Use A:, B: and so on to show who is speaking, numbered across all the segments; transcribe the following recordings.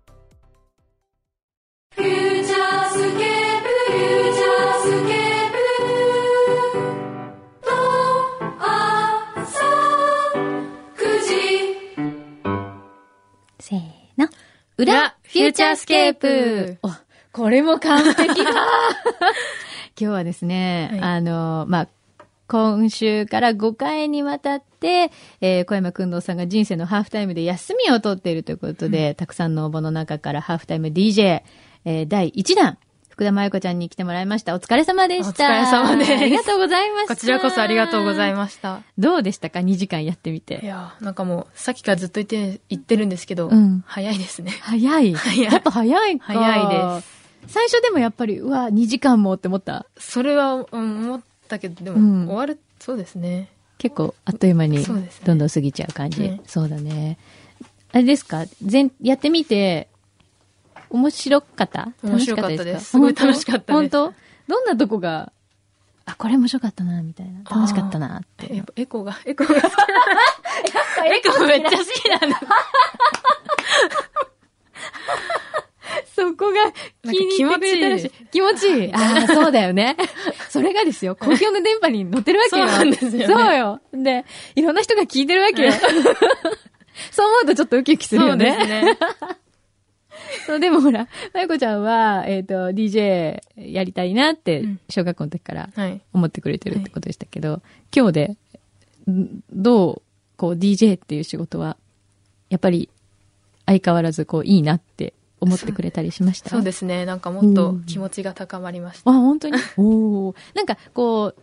A: フューチャースケープフューチャースケープと朝9時
B: せーの。裏、フューチャースケープお、これも完璧 だ今日はですね、あの、まあ、今週から5回にわたって、えー小山くんどうさんが人生のハーフタイムで休みを取っているということで、たくさんの応募の中からハーフタイム DJ、えー第1弾、福田真由子ちゃんに来てもらいました。お疲れ様でした。
C: お疲れ様です
B: ありがとうございました。
C: こちらこそありがとうござい
B: す。
C: ました。
B: どうでしたか ?2 時間やってみ
C: い
B: て。
C: やーなんかもう、さっきからずっと言って、言ってるんですけど、
B: うん
C: 早いですね。
B: 早い。
C: 早い
B: やっぱ早いか。。
C: 早いです
B: 最初でもやっぱり、うわ、2時間もって思った。
C: それは、うん思ったけど、でも、
B: うん
C: 終わる、そうですね。
B: 結構あっという間に
C: そうですね
B: どんどん過ぎちゃう感じ。そう,、
C: うん
B: だね。あれですか全やってみて、面白かった
C: 面白かったですすご
B: 楽
C: い
B: しか
C: 楽しかった
B: ったです
C: です
B: 本当本当どんなとこが、あ、これ面白かったな、みたいな。楽しかったな、って。
C: えエコーが、エコーが好き。エコーめっちゃ好きなんだ。
B: そこが気に入ってくれたらしい。気持ちいい。ああ、そうだよね。それがですよ、公共の電波に乗ってるわけよ。
C: そうなんですよね
B: そうよ。で、いろんな人が聞いてるわ けよ。そう思うとちょっとウキウキする
C: そ
B: よ
C: うです
B: ね。
C: ね。
B: そうでもほら、まゆこちゃんは、えっ、と、DJ やりたいなって
C: うん、
B: 小学校の時から
C: はい。
B: 思ってくれてるってことでしたけど、今日で、んどう、こう、DJ っていう仕事は、やっぱり、相変わらず、こう、いいなって思ってくれたりしました
C: そうですね。なんかもっと
B: うん
C: 気持ちが高まりました。
B: あ、本 当におお。なんか、こう、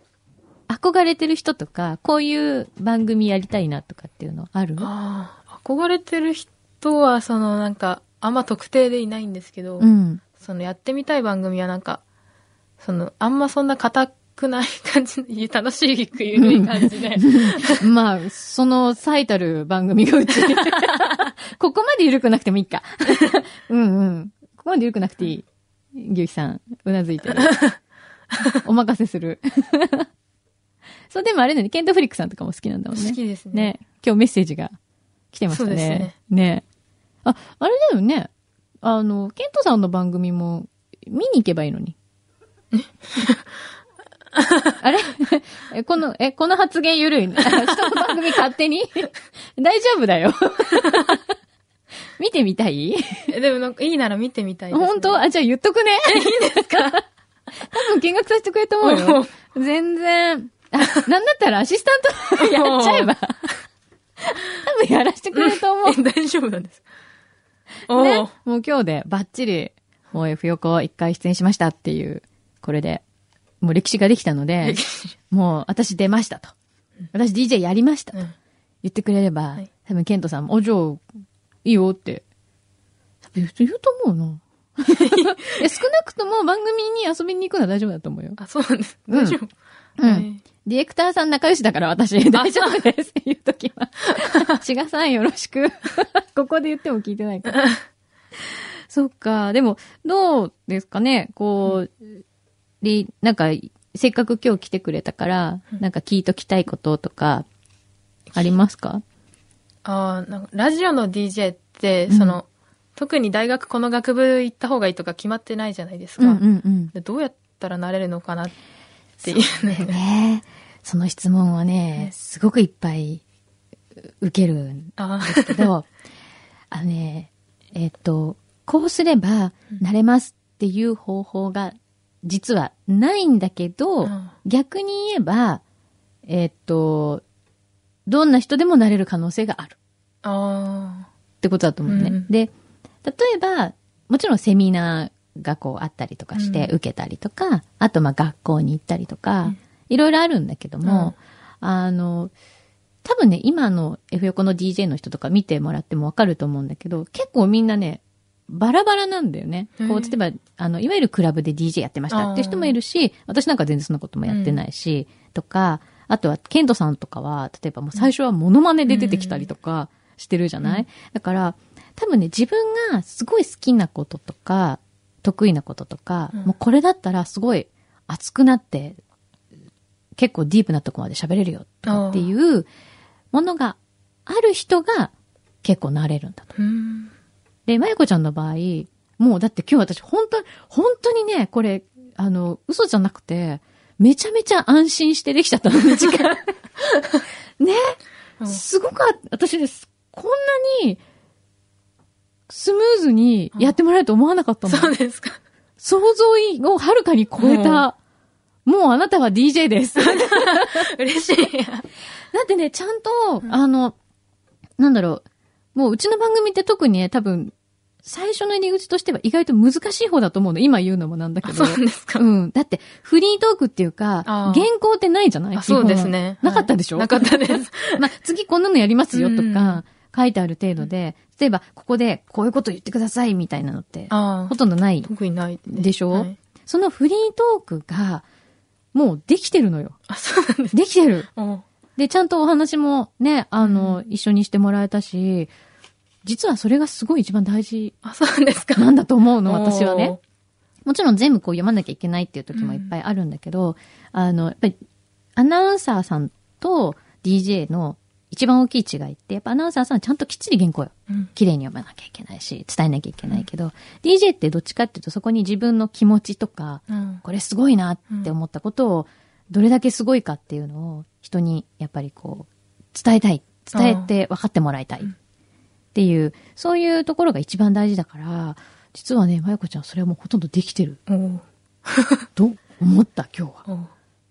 B: 憧れてる人とか、こういう番組やりたいなとかっていうのある
C: ああ、憧れてる人は、そのなんか、あんま特定でいないんですけど、
B: うん。
C: そのやってみたい番組はなんか、その、あんまそんな硬くない感じ、ゆ楽しい、ゆるい感じで。
B: まあ、その最たる番組がうち。ここまで緩くなくてもいいか。 うんうん。ここまで緩くなくていい。牛肥さん、うなずいてる。お任せする。 そう、でもあれだね、ケント・フリックさんとかも好きなんだもんね。
C: 好きですね。
B: ね、今日メッセージが来てましたね。
C: そうですね
B: ねあ、あれだよね。あの、ケントさんの番組も見に行けばいいのに。 あれ え、この、え、この発言ゆるいね。人の番組勝手に 大丈夫だよ。 見てみたい
C: えでもなんか、いいなら見てみたいです、ね。
B: 本当あ、じゃあ言っとくね。いいですか 多分見学させてくれると思うよ。全然。あ、なんだったらアシスタ ントやっちゃえば。多分やらせてくれると思う。
C: え大丈夫なんですかおお、
B: ね、もう今日でバッチリ、もう F 横一回出演しましたっていう、これで、もう歴史ができたので、もう私出ましたと。私 DJ やりましたと。
C: うん
B: 言ってくれれば、
C: はい
B: 多分ケントさんも、お嬢、いいよって、多分言うと思う な。いや少なくとも番組に遊びに行くのは大丈夫だと思うよ。
C: あ、そうなんです。
B: うん
C: 大丈夫。
B: うん
C: はい
B: ディレクターさん仲良しだから私、大丈夫ですって言うときは。志賀さんよろしく。 ここで言っても聞いてないから。そっか。でも、どうですかねこう、り、なんか、せっかく今日来てくれたから、なんか聞いときたいこととか、ありますか
C: ああ、なんか、ラジオの DJ って、
B: うん
C: その、特に大学この学部行った方がいいとか決まってないじゃないですか。
B: んうん。
C: でどうやったらなれるのかなっていうね。
B: ねその質問はね、すごくいっぱいう受けるん
C: あ
B: ですけど、 あのね、えっと、こうすればなれますっていう方法が実はないんだけど、
C: うん
B: 逆に言えば、えっと、どんな人でもなれる可能性がある
C: あ。あ
B: ってことだと思うね。
C: うん
B: で、例えば、もちろんセミナーがこうあったりとかして
C: う
B: 受けたりとか、あとまあ学校に行ったりとか、いろいろあるんだけども、あの、多分ね、今の F 横の DJ の人とか見てもらってもわかると思うんだけど、結構みんなね、バラバラなんだよね。
C: へ
B: こう、
C: ー
B: 例えば、あの、いわゆるクラブで DJ やってましたっていう人もいるし、私なんか全然そんなこともやってないし、とか、あとは、ケントさんとかは、例えばもう最初はモノマネで出てきたりとかしてるじゃない、だから、多分ね、自分がすごい好きなこととか、得意なこととか、
C: うん
B: もうこれだったらすごい熱くなって、結構ディープなとこまで喋れるよとかっていうものがある人が結構なれるんだと。
C: うん。
B: で、まゆこちゃんの場合、もうだって今日私本当に、本当にね、これ、あの、嘘じゃなくて、めちゃめちゃ安心してできちゃったの、時間。ね、
C: うん
B: すごくあ、私です。こんなに、スムーズにやってもらえると思わなかったの。
C: そうですか。
B: 想像をはるかに超えた、もうあなたは DJ です。
C: 嬉しい。
B: だってね、ちゃんと、あの、なんだろう、もううちの番組って特にね、多分、最初の入り口としては意外と難しい方だと思うの。今言うのもなんだけ
C: あそ
B: ど
C: う。なんですか。
B: うん。だって、フリートークっていうか、
C: あ
B: 原
C: ー
B: 稿ってないじゃない
C: あそうですね。
B: 基本なかったでしょ、
C: はいなかった です。
B: まあ、次こんなのやりますよと
C: うん
B: か、書いてある程度で、例えば、ここでこういうこと言ってくださいみたいなのって、
C: ああ
B: ほ。とんどない。
C: 特にないす。
B: でしょ
C: はい
B: そのフリートークが、もうできてるのよ。
C: あ、そうなんです。
B: できてる。
C: お
B: で、ちゃんとお話もね、あの、一緒にしてもらえたし、実はそれがすごい一番大事
C: あ、そうなんですか。
B: なんだと思うの、
C: おー
B: 私はね。。もちろん全部こう読まなきゃいけないっていう時もいっぱいあるんだけど、あの、やっぱりアナウンサーさんと DJ の一番大きい違いって、やっぱアナウンサーさんはちゃんときっちり原稿よ。
C: うん
B: 綺麗に読まなきゃいけないし、伝えなきゃいけないけど、DJ ってどっちかっていうとそこに自分の気持ちとか、
C: うん。
B: これすごいなって思ったことを、どれだけすごいかっていうのを人にやっぱりこう、伝えたい。伝えて分かってもらいたい。っていう、そういうところが一番大事だから、実はね、まゆこちゃんそれはもうほとんどできてる
C: おー
B: と思った今日は。
C: おー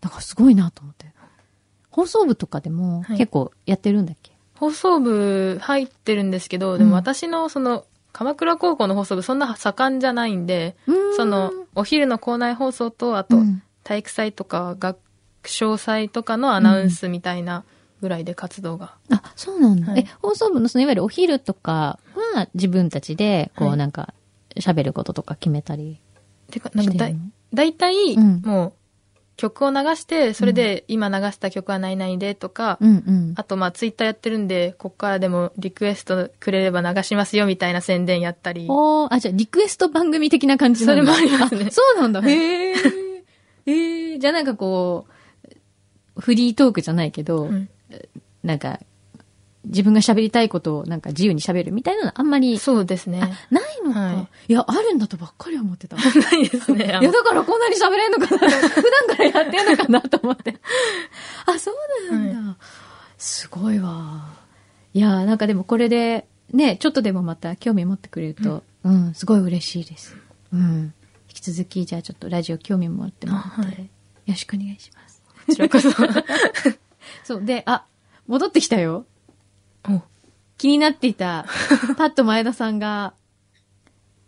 B: だからすごいなと思って。放送部とかでも
C: はい
B: 結構やってるんだっけ、
C: 放送部入ってるんですけど、で
B: うん
C: も私のその、鎌倉高校の放送部そんな盛んじゃないんで、
B: うーん
C: その、お昼の校内放送と、あと
B: うん、
C: 体育祭とか、学章祭とかのアナウンスみたいなぐらいで活動が。
B: あ、そうなんだ。
C: はい
B: え、放送部のそのいわゆるお昼とかは自分たちでこ
C: は
B: う
C: い
B: なんか喋ることとか決めたり
C: てか、なん
B: し
C: か
B: て
C: だ
B: る
C: い
B: の、
C: 大体、
B: うん
C: もう、曲を流して、それで、今流した曲は何々でとか、
B: うんうん。
C: あと、まあ、ツイッターやってるんで、こっからでもリクエストくれれば流しますよみたいな宣伝やったり。
B: おーあ、じゃあ、リクエスト番組的な感じなんだ
C: それもありますね
B: あそうなんだ。へえ。へえ。じゃあなんかこう、フリートークじゃないけど、
C: うん
B: なんか、自分が喋りたいことをなんか自由に喋るみたいなのあんまり、
C: そうですね。
B: あ、ないのか、。
C: はい
B: や、あるんだとばっかり思ってた。い
C: ないですね。あんま
B: や、だからこんなに喋れんの かな普段からやってんのかなと思って。あ、そうなんだ。すごいわ。いや、なんかでもこれで、ね、ちょっとでもまた興味持ってくれると、うん、すごい嬉しいです。うん。引き続き、じゃあちょっとラジオ興味持ってもらって、
C: あはい
B: よろしくお願いします。
C: こちらこそ。
B: そう、で、あ、戻ってきたよ。
C: お
B: 気になっていた、パッと前田さんが、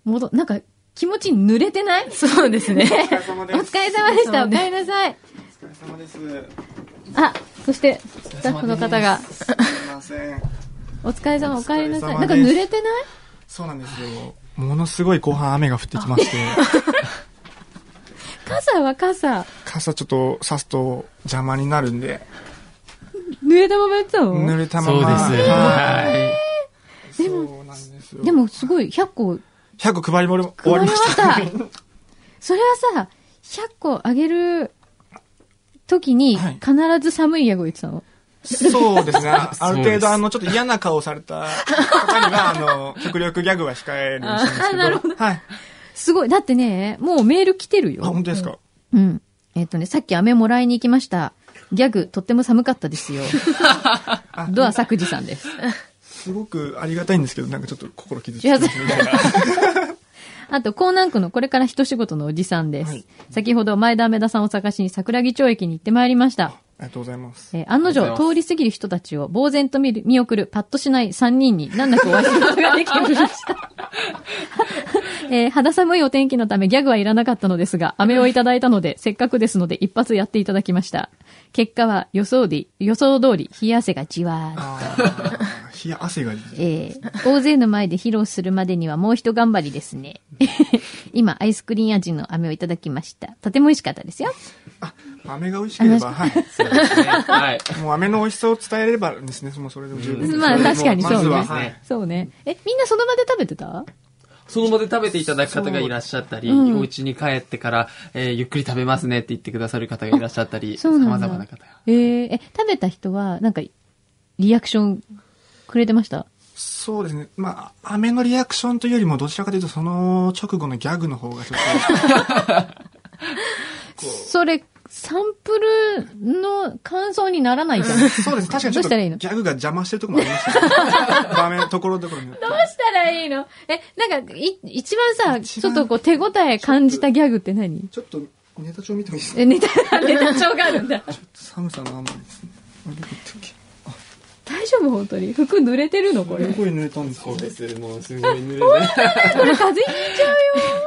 B: 戻、なんか、気持ち濡れてない
C: そうですね。
D: お疲れ様
B: お
D: です。
B: 疲れ様でした。
C: そう
B: お
C: ね
B: 帰りなさい。
D: お疲れ様です。ス
B: あ、そして、スタッフの方が、
D: すみません。
B: お疲れ様、お帰りなさい。
D: お
B: なん
D: 疲れ様です
B: か濡れてない
D: そうなんですよ。ものすごい後半雨が降ってきまして、
B: 傘は傘。
D: 傘ちょっと差すと邪魔になるんで、
B: 濡れたままやってたの
D: 濡れたま
E: そう
D: ま。
E: です。は
D: す。そうなんですよ。
B: でもすごい、100個
D: 100個配り終わ
B: 配
D: り
B: り
D: ま
B: ま
D: し。
B: したた。それはさ、100個あげる時に
D: はい
B: 必ず寒いやご言ってたの。
D: そうですね。あある
E: そ
D: 程
E: うです
D: 度、あの、ちょっと嫌な顔された方には、あの、極力ギャグは控えるようにして
B: あなる
D: るんですけど。はい。
B: すごい。だってね、もうメール来てる
D: あ、
B: よ
D: 本。当ですか。
B: うん。えっ、とね、さっき飴もらいに行きました。ギャグ、とっても寒かった ですよ。ドア作治さんです。
D: すごくありがたいんですけど、なんかちょっと心傷つきますみたいな。
B: あと、江南区のこれから一仕事のおじさんです。
D: はい
B: 先ほど前田飴田さんを探しに桜木町駅に行ってまいりました。
D: ありがとうございます。
B: えー案の定、通り過ぎる人たちを呆然と見る見送る、パッとしない3人に、難なくお会いすることができました。 えー肌寒いお天気のためギャグはいらなかったのですが、飴をいただいたので、せっかくですので一発やっていただきました。結果は予想で、予想通り、冷や汗がじわーっ
D: あー冷や汗が出てる
B: えー大勢の前で披露するまでにはもう一頑張りですね。 今、アイスクリーン味の飴をいただきました。とても美味しかったですよ。
D: 飴が美味しければ、はい。
E: そうですね。はい。
D: もう飴の美味しさを伝えればですね、もうそれでも十分です。
B: まあ、
E: それも
B: 確かにそう
D: まず
B: ね、
D: は
E: はい
B: そうね。え、みんなその場で食べてた
E: その場で食べていただく方がいらっしゃったり、お家に帰ってから、えーゆっくり食べますねって言ってくださる方がいらっしゃったり、
B: そうなんだ。
E: 様々な方が。
B: えーえ、食べた人は、なんか、リアクションくれてました
D: そうですね。まあ、飴のリアクションというよりも、どちらかというと、その直後のギャグの方がちょっ
B: それ、サンプルの感想にならないじゃん。どう
D: と、そうですね。確かにち
B: ど
D: ょ
B: うし
D: っと、
B: た
D: ギ
B: らいいの
D: ャグが邪魔してるとこもありましたね。 場面、ところどころによって。
B: したらいいのえ、なんか、い、一番さ、
D: 一番
B: ちょっとこう手応え感じたギャグって何
D: ちょっと、ネタ帳見てもいいですか
B: え、ネタ、ネタ帳があるんだ。
D: 寒さのあんまりですね。あれどこ行ったっけ
B: 大丈夫本当に。服濡れてるのこれ。
D: どこに濡れたんですか
E: す。もうすごい濡れて。
B: これ風邪ひいちゃう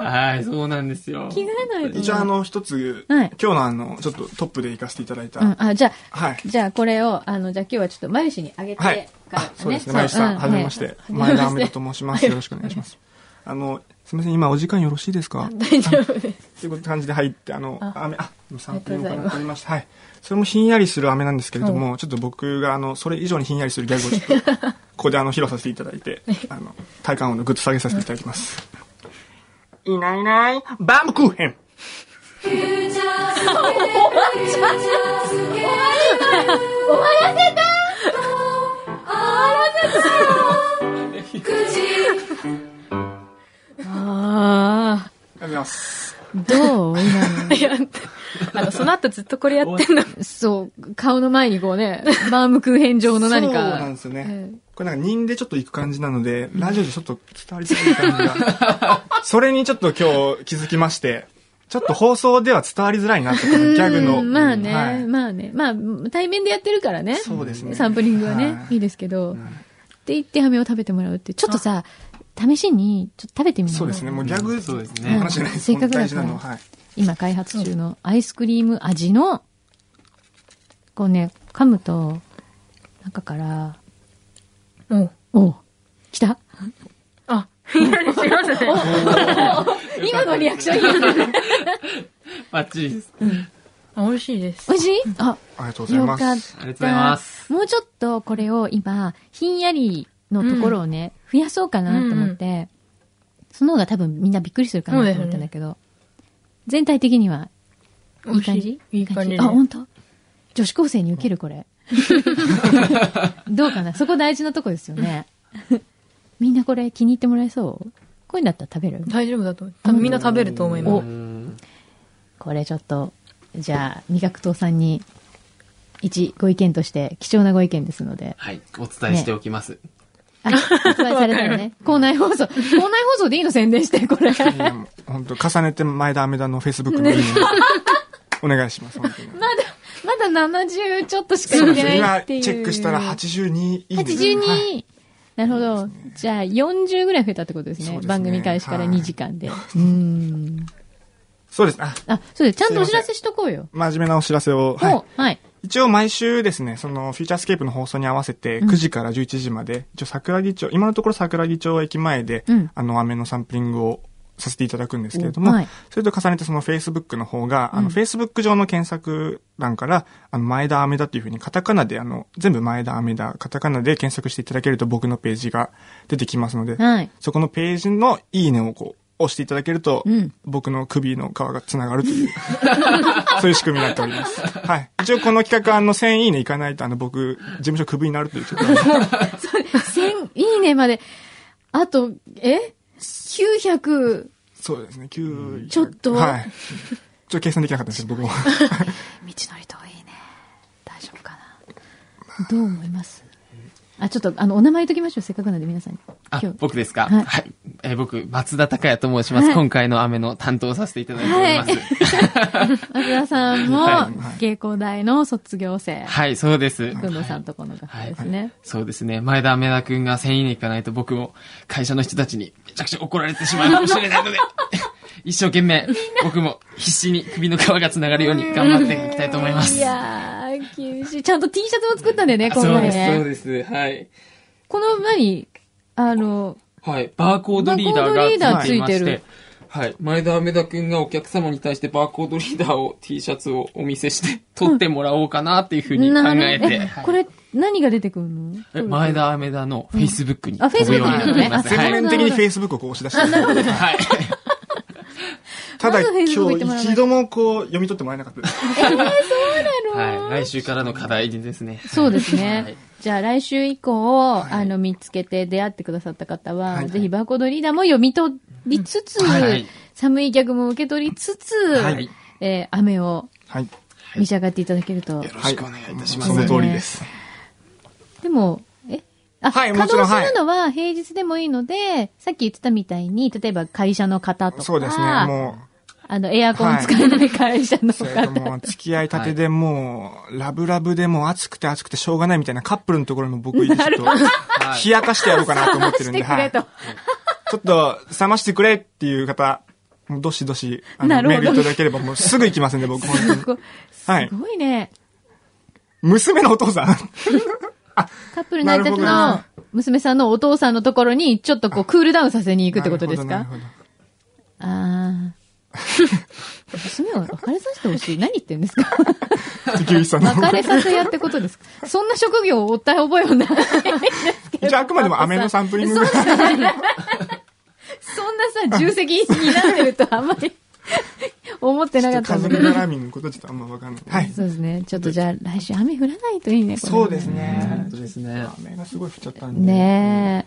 B: よ。
E: はい、そうなんですよ。
B: 着替えないと。
D: 一応、あの、一つ、
B: は
D: 今
B: い
D: 日のあの、ちょっとトップで行かせていただいた、
B: うん、あ、じゃあ、
D: はい。
B: じゃあこれを、あの、じゃあ今日はちょっとマユシにあげてから
D: は
B: ね
D: い。。あ、そうですね。前さん、はじめまし。
B: うん
D: て
B: ね。
D: 前田アメリと申します。よろしくお願いします。あの、すみません、今お時間よろしいですか
C: 大丈夫です。
D: という感じで入って、あの、雨、あ、
C: あり
D: 3分
C: がとうご
D: 用
C: ざい
D: か
C: ます
D: なと思いました。はい。それもひんやりする飴なんですけれども、ちょっと僕が、あの、それ以上にひんやりするギャグをちょっと、ここであの、披露させていただい て、あの、体感温度ぐっと下げさせていただきます。 いないいない、バームクーヘン
C: あ
D: ありがとうございます。
B: どう今の
C: あ。いや、あの、その後ずっとこれやってんの。
B: そう、顔の前にこうね、バームクーヘン状の何か。
D: そうなんですよね。これなんか人でちょっと行く感じなので、ラジオでちょっと伝わりづらい感じが。 それにちょっと今日気づきまして、ちょっと放送では伝わりづらいなって、このギャグの。
B: うんまあね、
D: はい
B: まあね。まあ、対面でやってるからね。
D: そうですね
B: サンプリングはね、、
D: はいい
B: いですけど。って言って、ハメを食べてもらうって。ちょっとさ、試しに、ちょっと食べてみよう。
D: そうですね。もうギャグ
E: そうですね
D: の話じゃないです。
B: せっかくだから
D: 大事なのは。はい。
B: 今開発中のアイスクリーム味の、こうね、噛むと、中から、
C: うん。
B: おう来た
C: あ、 ひんやりしますね。
B: 今のリアクションいいよね
E: バッチリです。
C: あ美味しいです
B: 美。味しいあ、
D: ありがとうござい
B: よ
D: ま
B: かっ
D: す。
E: ありがとうございま
B: た
E: す。。
B: もうちょっとこれを今、ひんやりのところをね、増やそうかなと思って、その方が多分みんなびっくりするかなと思ったんだけど、全体的にはいい
C: 美
B: 感じ
C: 味しいいい感じ
B: あ、本当女子高生に受けるこれ。どうかなそこ大事なとこですよね。みんなこれ気に入ってもらえそうこういうんだったら食べる
C: 大丈夫だと思う。多分みんな食べると思います。
E: うん
B: これちょっと、じゃあ、味覚糖さんに、一ご意見として、貴重なご意見ですので。
E: はい、お伝えしておきます。
B: あ、発売されたよね。校内放送。校内放送でいいの宣伝して、これ。
D: いやもう本当重ねて前田アメダの Facebook のいいねお願いします。本当に。
B: まだ70ちょっとしか
D: そう
B: いけ
D: です
B: な
D: ね。
B: い
D: 今
B: っていう。
D: チェックしたら82いいねですね。
B: 82、
D: はい
B: なるほど。じゃあ40ぐらい増えたってことですね。
D: そうですね
B: 番組開始から
D: はい
B: 2時間で。うーん。
D: そうです。あ、
B: あ、そうです。ちゃんとお知
D: すいませ
B: ら
D: ん
B: せしとこうよ。
D: 真面目なお知らせを。はい
B: もう、はい。
D: 一応毎週ですね、そのフューチャースケープの放送に合わせて9時から11時まで、一応桜木町、今のところ桜木町駅前で、
B: うん
D: あの、雨のサンプリングをさせていただくんですけれども、
B: おはい
D: それと重ねてその Facebook の方が、あ
B: うん
D: の、Facebook 上の検索欄から、あの、前田アメダっていうふうにカタカナで、あの、全部前田アメダ、カタカナで検索していただけると僕のページが出てきますので、
B: はい。
D: そこのページのいいねをこう、押していただけると、
B: うん
D: 僕の首の皮が繋がる という、そういう仕組みになっております。はい。一応この企画、あの、1000いいねいかないと、あの、僕、事務所首になるという、ちょっ と、
B: 1000、いいねまで。あと、え ?900。
D: そうですね、9
B: ちょっと
D: はい。ちょっと計算できなかったんですけど、僕も。
B: 道のり遠いね。大丈夫かな。どう思いますあ、ちょっと、あの、お名前言っときましょう。せっかくなんで皆さんに。
E: あ
B: 今日、
E: 僕ですか
B: はい
E: はい。えー僕、松田孝也と申します。
B: はい
E: 今回の雨の担当をさせていただいております。
B: 松田さんも
E: は、
B: 芸工大の卒業生。
E: はい、そうです。
B: くんどうさんとこの学校ですね。
E: そうですね。前田梅田くんが1000位に行かないと僕も会社の人たちにめちゃくちゃ怒られてしまうかもしれな いので、一生懸命僕も必死に首の皮が繋がるように頑張っていきたいと思います。
B: いやー、厳しい。ちゃんと T シャツも作ったんだよね、
E: あ
B: 今
E: そう
B: 回
E: です、そう
B: ね。
E: です。はい。
B: この何あの、
E: はい。バーコードリーダーがついてまし
B: バーコードリーダーついてる
E: て。はい。前田梅田くんがお客様に対してバーコードリーダーを T シャツをお見せして、撮ってもらおうかなっていうふうに考
B: なる
E: えて。はい
B: これ、何が出てくるの
E: え前田梅田の Facebook に
B: あ
E: 飛ぶようになっています。
B: Facebook に
E: は
D: 全
E: い
D: 面的に Facebook をこう押し出してる。
E: はい。
D: ただ
B: まだ
D: 今
B: Facebook 行ってもらわない
D: 日一度もこう読み取ってもらえなかったです。
E: はい。来週からの課題ですね。
B: そうですね。
E: はい
B: じゃあ来週以降、
E: い
B: あの、見つけて出会ってくださった方は、
D: はい
B: ぜひバーコードリーダーも読み取りつつ、
E: はい
B: 寒いギャグも受け取りつつ、
E: はい
B: えー雨を
D: はい。よ
B: 召し上がっていただけると。
E: よろしくお願いいたします。
D: その通りです。
B: でも、えあ、
D: はいも
B: 稼
D: ちろん
B: 働するのは平日でもいいので、さっき言ってたみたいに、例えば会社の方とか、
D: そうですね。も
B: あの、エアコン使えない会社の
D: う、そ
B: 方、
D: れともう付き合いたてでもう、ラブラブでもう暑くて暑くてしょうがないみたいなカップルのところにも僕 行ってちょっ
E: は
D: と、
E: い
D: 冷やかしてやろうかなと思ってる
B: し
D: ん
B: て
D: で、
B: く
D: は
B: れ
D: い。
B: と。
D: ちょっと、冷ましてくれっていう方、どしどし、あ
B: な
D: の、
B: るほ
D: メ
B: ど
D: ールいただければもうすぐ行きますんで、僕、本当に。
B: こう
D: はい
B: すごいね。
D: 娘のお父さん。
B: カップルになりたて
D: なるほ
B: の娘さんのお父さんのところに、ちょっとこう、クールダウンさせに行くってことです
D: な
B: か
D: るほどなるほど
B: ああ。娘を別れさせてほしい。何言ってんです か
D: 適宜さんの
B: 別れさせ屋ってことですかそんな職業を追った覚えはないですけど。
D: じゃああくまでも飴のサンプリング
B: そうですね。そんなさ、重責になってるとあんまり思ってなかった
D: 家
B: んだ
D: 族
B: けど。
D: 絡みのことちょっとあんまわかんない。はい。
B: そうですね。ちょっとじゃあ来週雨降らないといいね。これね
D: そうです。ね
E: 本。当ですね。
D: 雨がすごい降っちゃったんで。
B: ね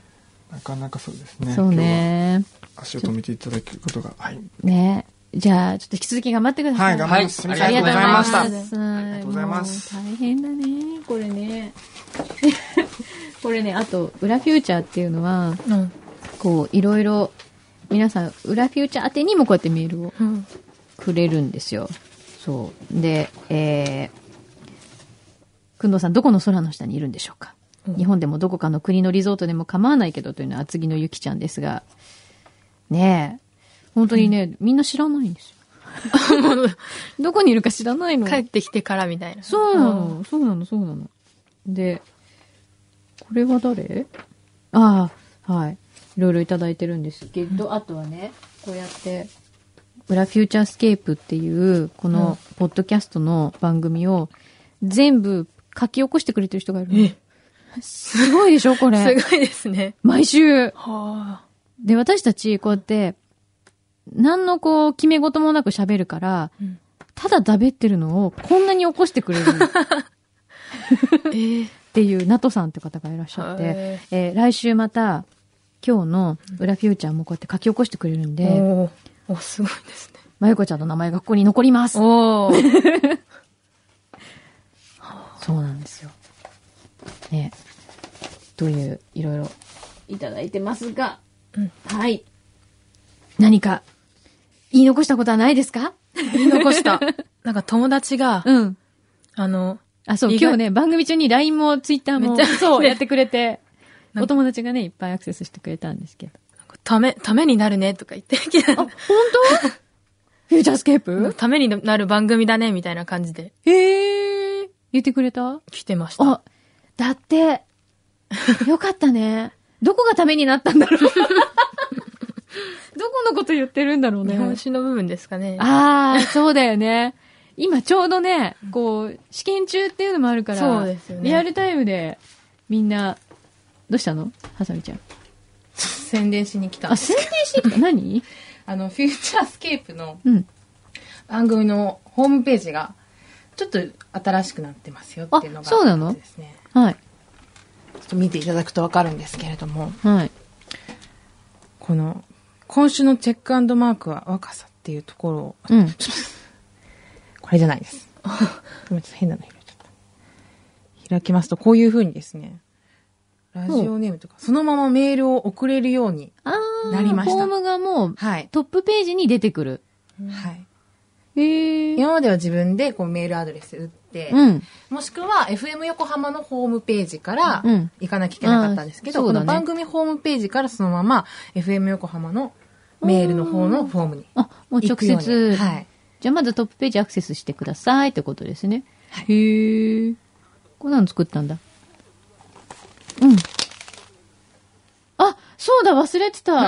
D: なかなかそうです
B: え。
D: ね。
B: そうね。
D: 今日は足を止めていただくことが。はい。
B: ねえ。じゃあ、ちょっと引き続き頑張ってくださ。
D: はいい、頑張ります。すみ
E: は
D: ませ
E: い
D: んありがとうございまし
B: あ
D: た
B: り。がとうございます。ありが
D: とうございます
B: 大変だね、これね。 これね、あと、裏フューチャーっていうのは、
C: うん。
B: こう、いろいろ、皆さん、裏フューチャー宛てにもこうやってメールを
C: うん。
B: くれるんですよ。そう。で、えー、くんどうさん、どこの空の下にいるんでしょうか、日本でもどこかの国のリゾートでも構わないけどというのは厚木のゆきちゃんですが、ねえ、本当にね、みんな知らないんです よ。どこにいるか知らないの。
C: 帰ってきてからみたいな。
B: そうなの、そうなの、そうなの。で、これは誰ああ、はい。いろいろいただいてるんですけど、あとはね、こうやって、裏フューチャースケープっていう、この、ポッドキャストの番組を、全部書き起こしてくれてる人がいるの。すごいでしょ、こ
C: うん
B: れ。
C: すごいですね。
B: 毎週。
C: は
B: で、私たち、こうやって、何のこう、決め事もなく喋るから、
C: ん
B: ただだべってるのを、こんなに起こしてくれ る。
C: あ。ええ。
B: っていう、ナトさんって方がいらっしゃって、
C: へ
B: えー来週また、今日の裏フューチャーもこうやって書き起こしてくれるんで、
C: おーお、すごいですね。
B: まゆこちゃんの名前がここに残ります。
C: おお。
B: そうなんですよ。ね。という、いろいろいただいてますが、はい。何か、言い残したことはないですか
C: 言い残した。なんか友達が、
B: うん。
C: あの、
B: あ、そう、
C: 意外
B: 今日ね、番組中に LINE も Twitter も、
C: めっちゃ
B: そう、やってくれて、
C: なん
B: お
C: か
B: 友達がね、いっぱいアクセスしてくれたんですけど。
C: ため、ためになるねとか言ってきた
B: あ、本当 フューチャースケープ
C: ためになる番組だねみたいな感じで
B: へえー、言ってくれた
C: 来てました。
B: あ、だって、よかったね。どこがためになったんだろう。どこのこと言ってるんだろうね。
C: 日本史の部分ですかね。
B: ああ、そうだよね。今ちょうどね、こう、試験中っていうのもあるから、
C: そうですよね
B: リアルタイムでみんな、どうしたのハサミちゃん。
F: 宣伝しに来たん
B: あ、
F: です
B: 宣伝してきた。何
F: あの、フューチャースケープの
B: うん。
F: 番組のホームページが、ちょっと新しくなってますよっていうの
B: あ
F: が、
B: そうなの
F: ですね。
B: はい。
F: ちょっと見ていただくとわかるんですけれども、
B: はい。
F: この、今週のチェックマークは若さっていうところを、
B: うん。
F: これじゃない です。ごめんちょっと変なの開いちゃった。開きますと、こういう風にですね、ラジオネームというか、そのままメールを送れるように。
B: あー
F: なりました
B: フォームがもう、
F: はい。
B: トップページに出てくる。
F: はい。
B: へえ。
F: 今までは自分でこうメールアドレス打って、
B: うん。
F: もしくは FM 横浜のホームページから
B: うん
F: 行かなきゃいけなかったんですけど、
B: あーそ
F: こ
B: うだ
F: の
B: ね
F: 番組ホームページからそのまま FM 横浜のメールの方のフォームに
B: あ、もう直
F: 行くように。
B: 接。
F: はい。
B: じゃあまずトップページアクセスしてくださいってことですね。へえ。こんなの作ったんだ。うん。あ、そうだ、忘れて た。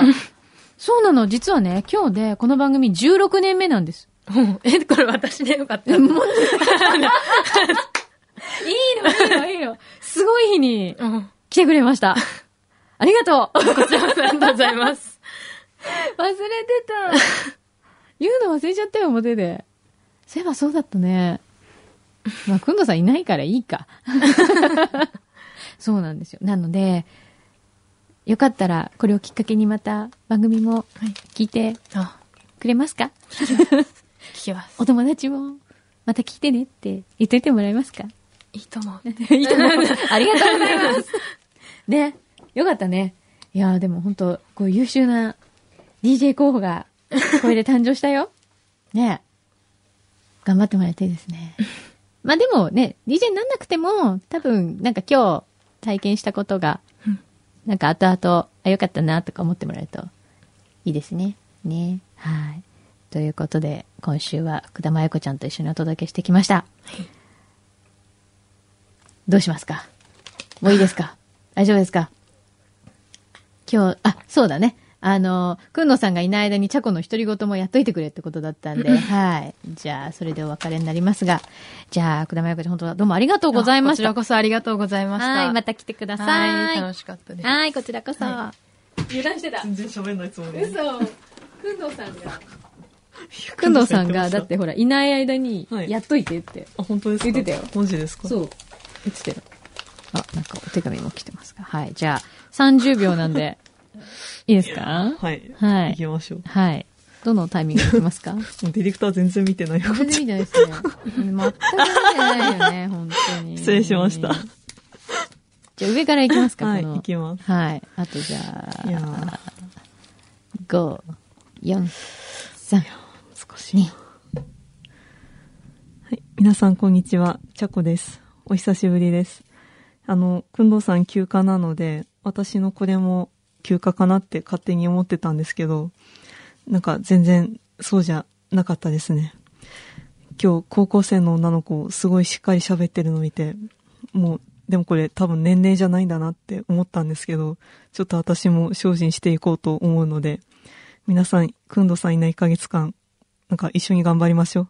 B: そうなの、実はね、今日でこの番組16年目なんです。
C: うん え、これ私でよかった。
B: いいよ、いいよ。すごい日に
C: うん
B: 来てくれました。 ありがとう。忘れて
C: ありがとうござい ます。
B: た。 言うの忘れちゃったよ、表で。そういえばそうだったね。まあ、くんどさんいないからい いか。そうなんですよ。なので、よかったら、これをきっかけにまた番組も
C: はい
B: 聞いて
C: あ、
B: くれますか、
C: 聞きます。
B: お友達もまた聞いてねって言っといてもらえますか
C: いいと思う。
B: いいと思う。ありがとうございます。ね、よかったね。いやーでも本当こう優秀な DJ 候補が、これで誕生したよ。ね頑張ってもらいたいですね。 まあでもね、DJ になんなくても、多分なんか今日体験したことが、なんか後々、あ、よかったなとか思ってもらえると、いいですね。ね。はい。ということで、今週は福田麻也子ちゃんと一緒にお届けしてきました。どうしますかもういいですか大丈夫ですか今日、あ、そうだね。あの、くんのさんがいない間にチャコの独り言もやっといてくれってことだった んで、はい。じゃあ、それでお別れになりますが、じゃあ、くだまやこちゃん、本当はどうもありがとうございまし
C: あ
B: た。
C: こちらこそありがとうございました。
B: はい、また来てくださ
C: はい
B: い。
C: 楽しかったです。
B: はい、こちらこそ。油断してた。
F: 全然喋んないつもり
B: 嘘。くんどうさんが。くんどうさんが、だってほら、いない間に
F: は、い
B: やっといてって。
F: あ、本当です
B: か言ってたよ
F: 文字ですか
B: そう。言ってたよ。あ、なんかお手紙も来てますが。はい、じゃあ、30秒なんで、いいですか
G: はい。
B: はい
G: 行きましょう。
B: はい。どのタイミングで行きますか
G: もうディレクター全然見てないよ。
B: 全然見てないですね。全く見てないよね、本当に。
G: 失礼しました。
B: じゃあ上から行きますか、
G: はい、
B: この
G: 行きます。
B: はい。あとじゃ
G: いや
B: あ、
G: ー
B: 5、4、3。
G: 少し。はい。皆さん、こんにちは。ちゃこです。お久しぶりです。あの、くんどうさん休暇なので、私のこれも休暇かなって勝手に思ってたんですけど、なんか全然そうじゃなかったですね。今日、高校生の女の子、すごいしっかり喋ってるの見て、もう、でもこれ多分年齢じゃないんだなって思ったんですけど、ちょっと私も精進していこうと思うので、皆さん、くんどさんいない1ヶ月間、なんか一緒に頑張りましょう。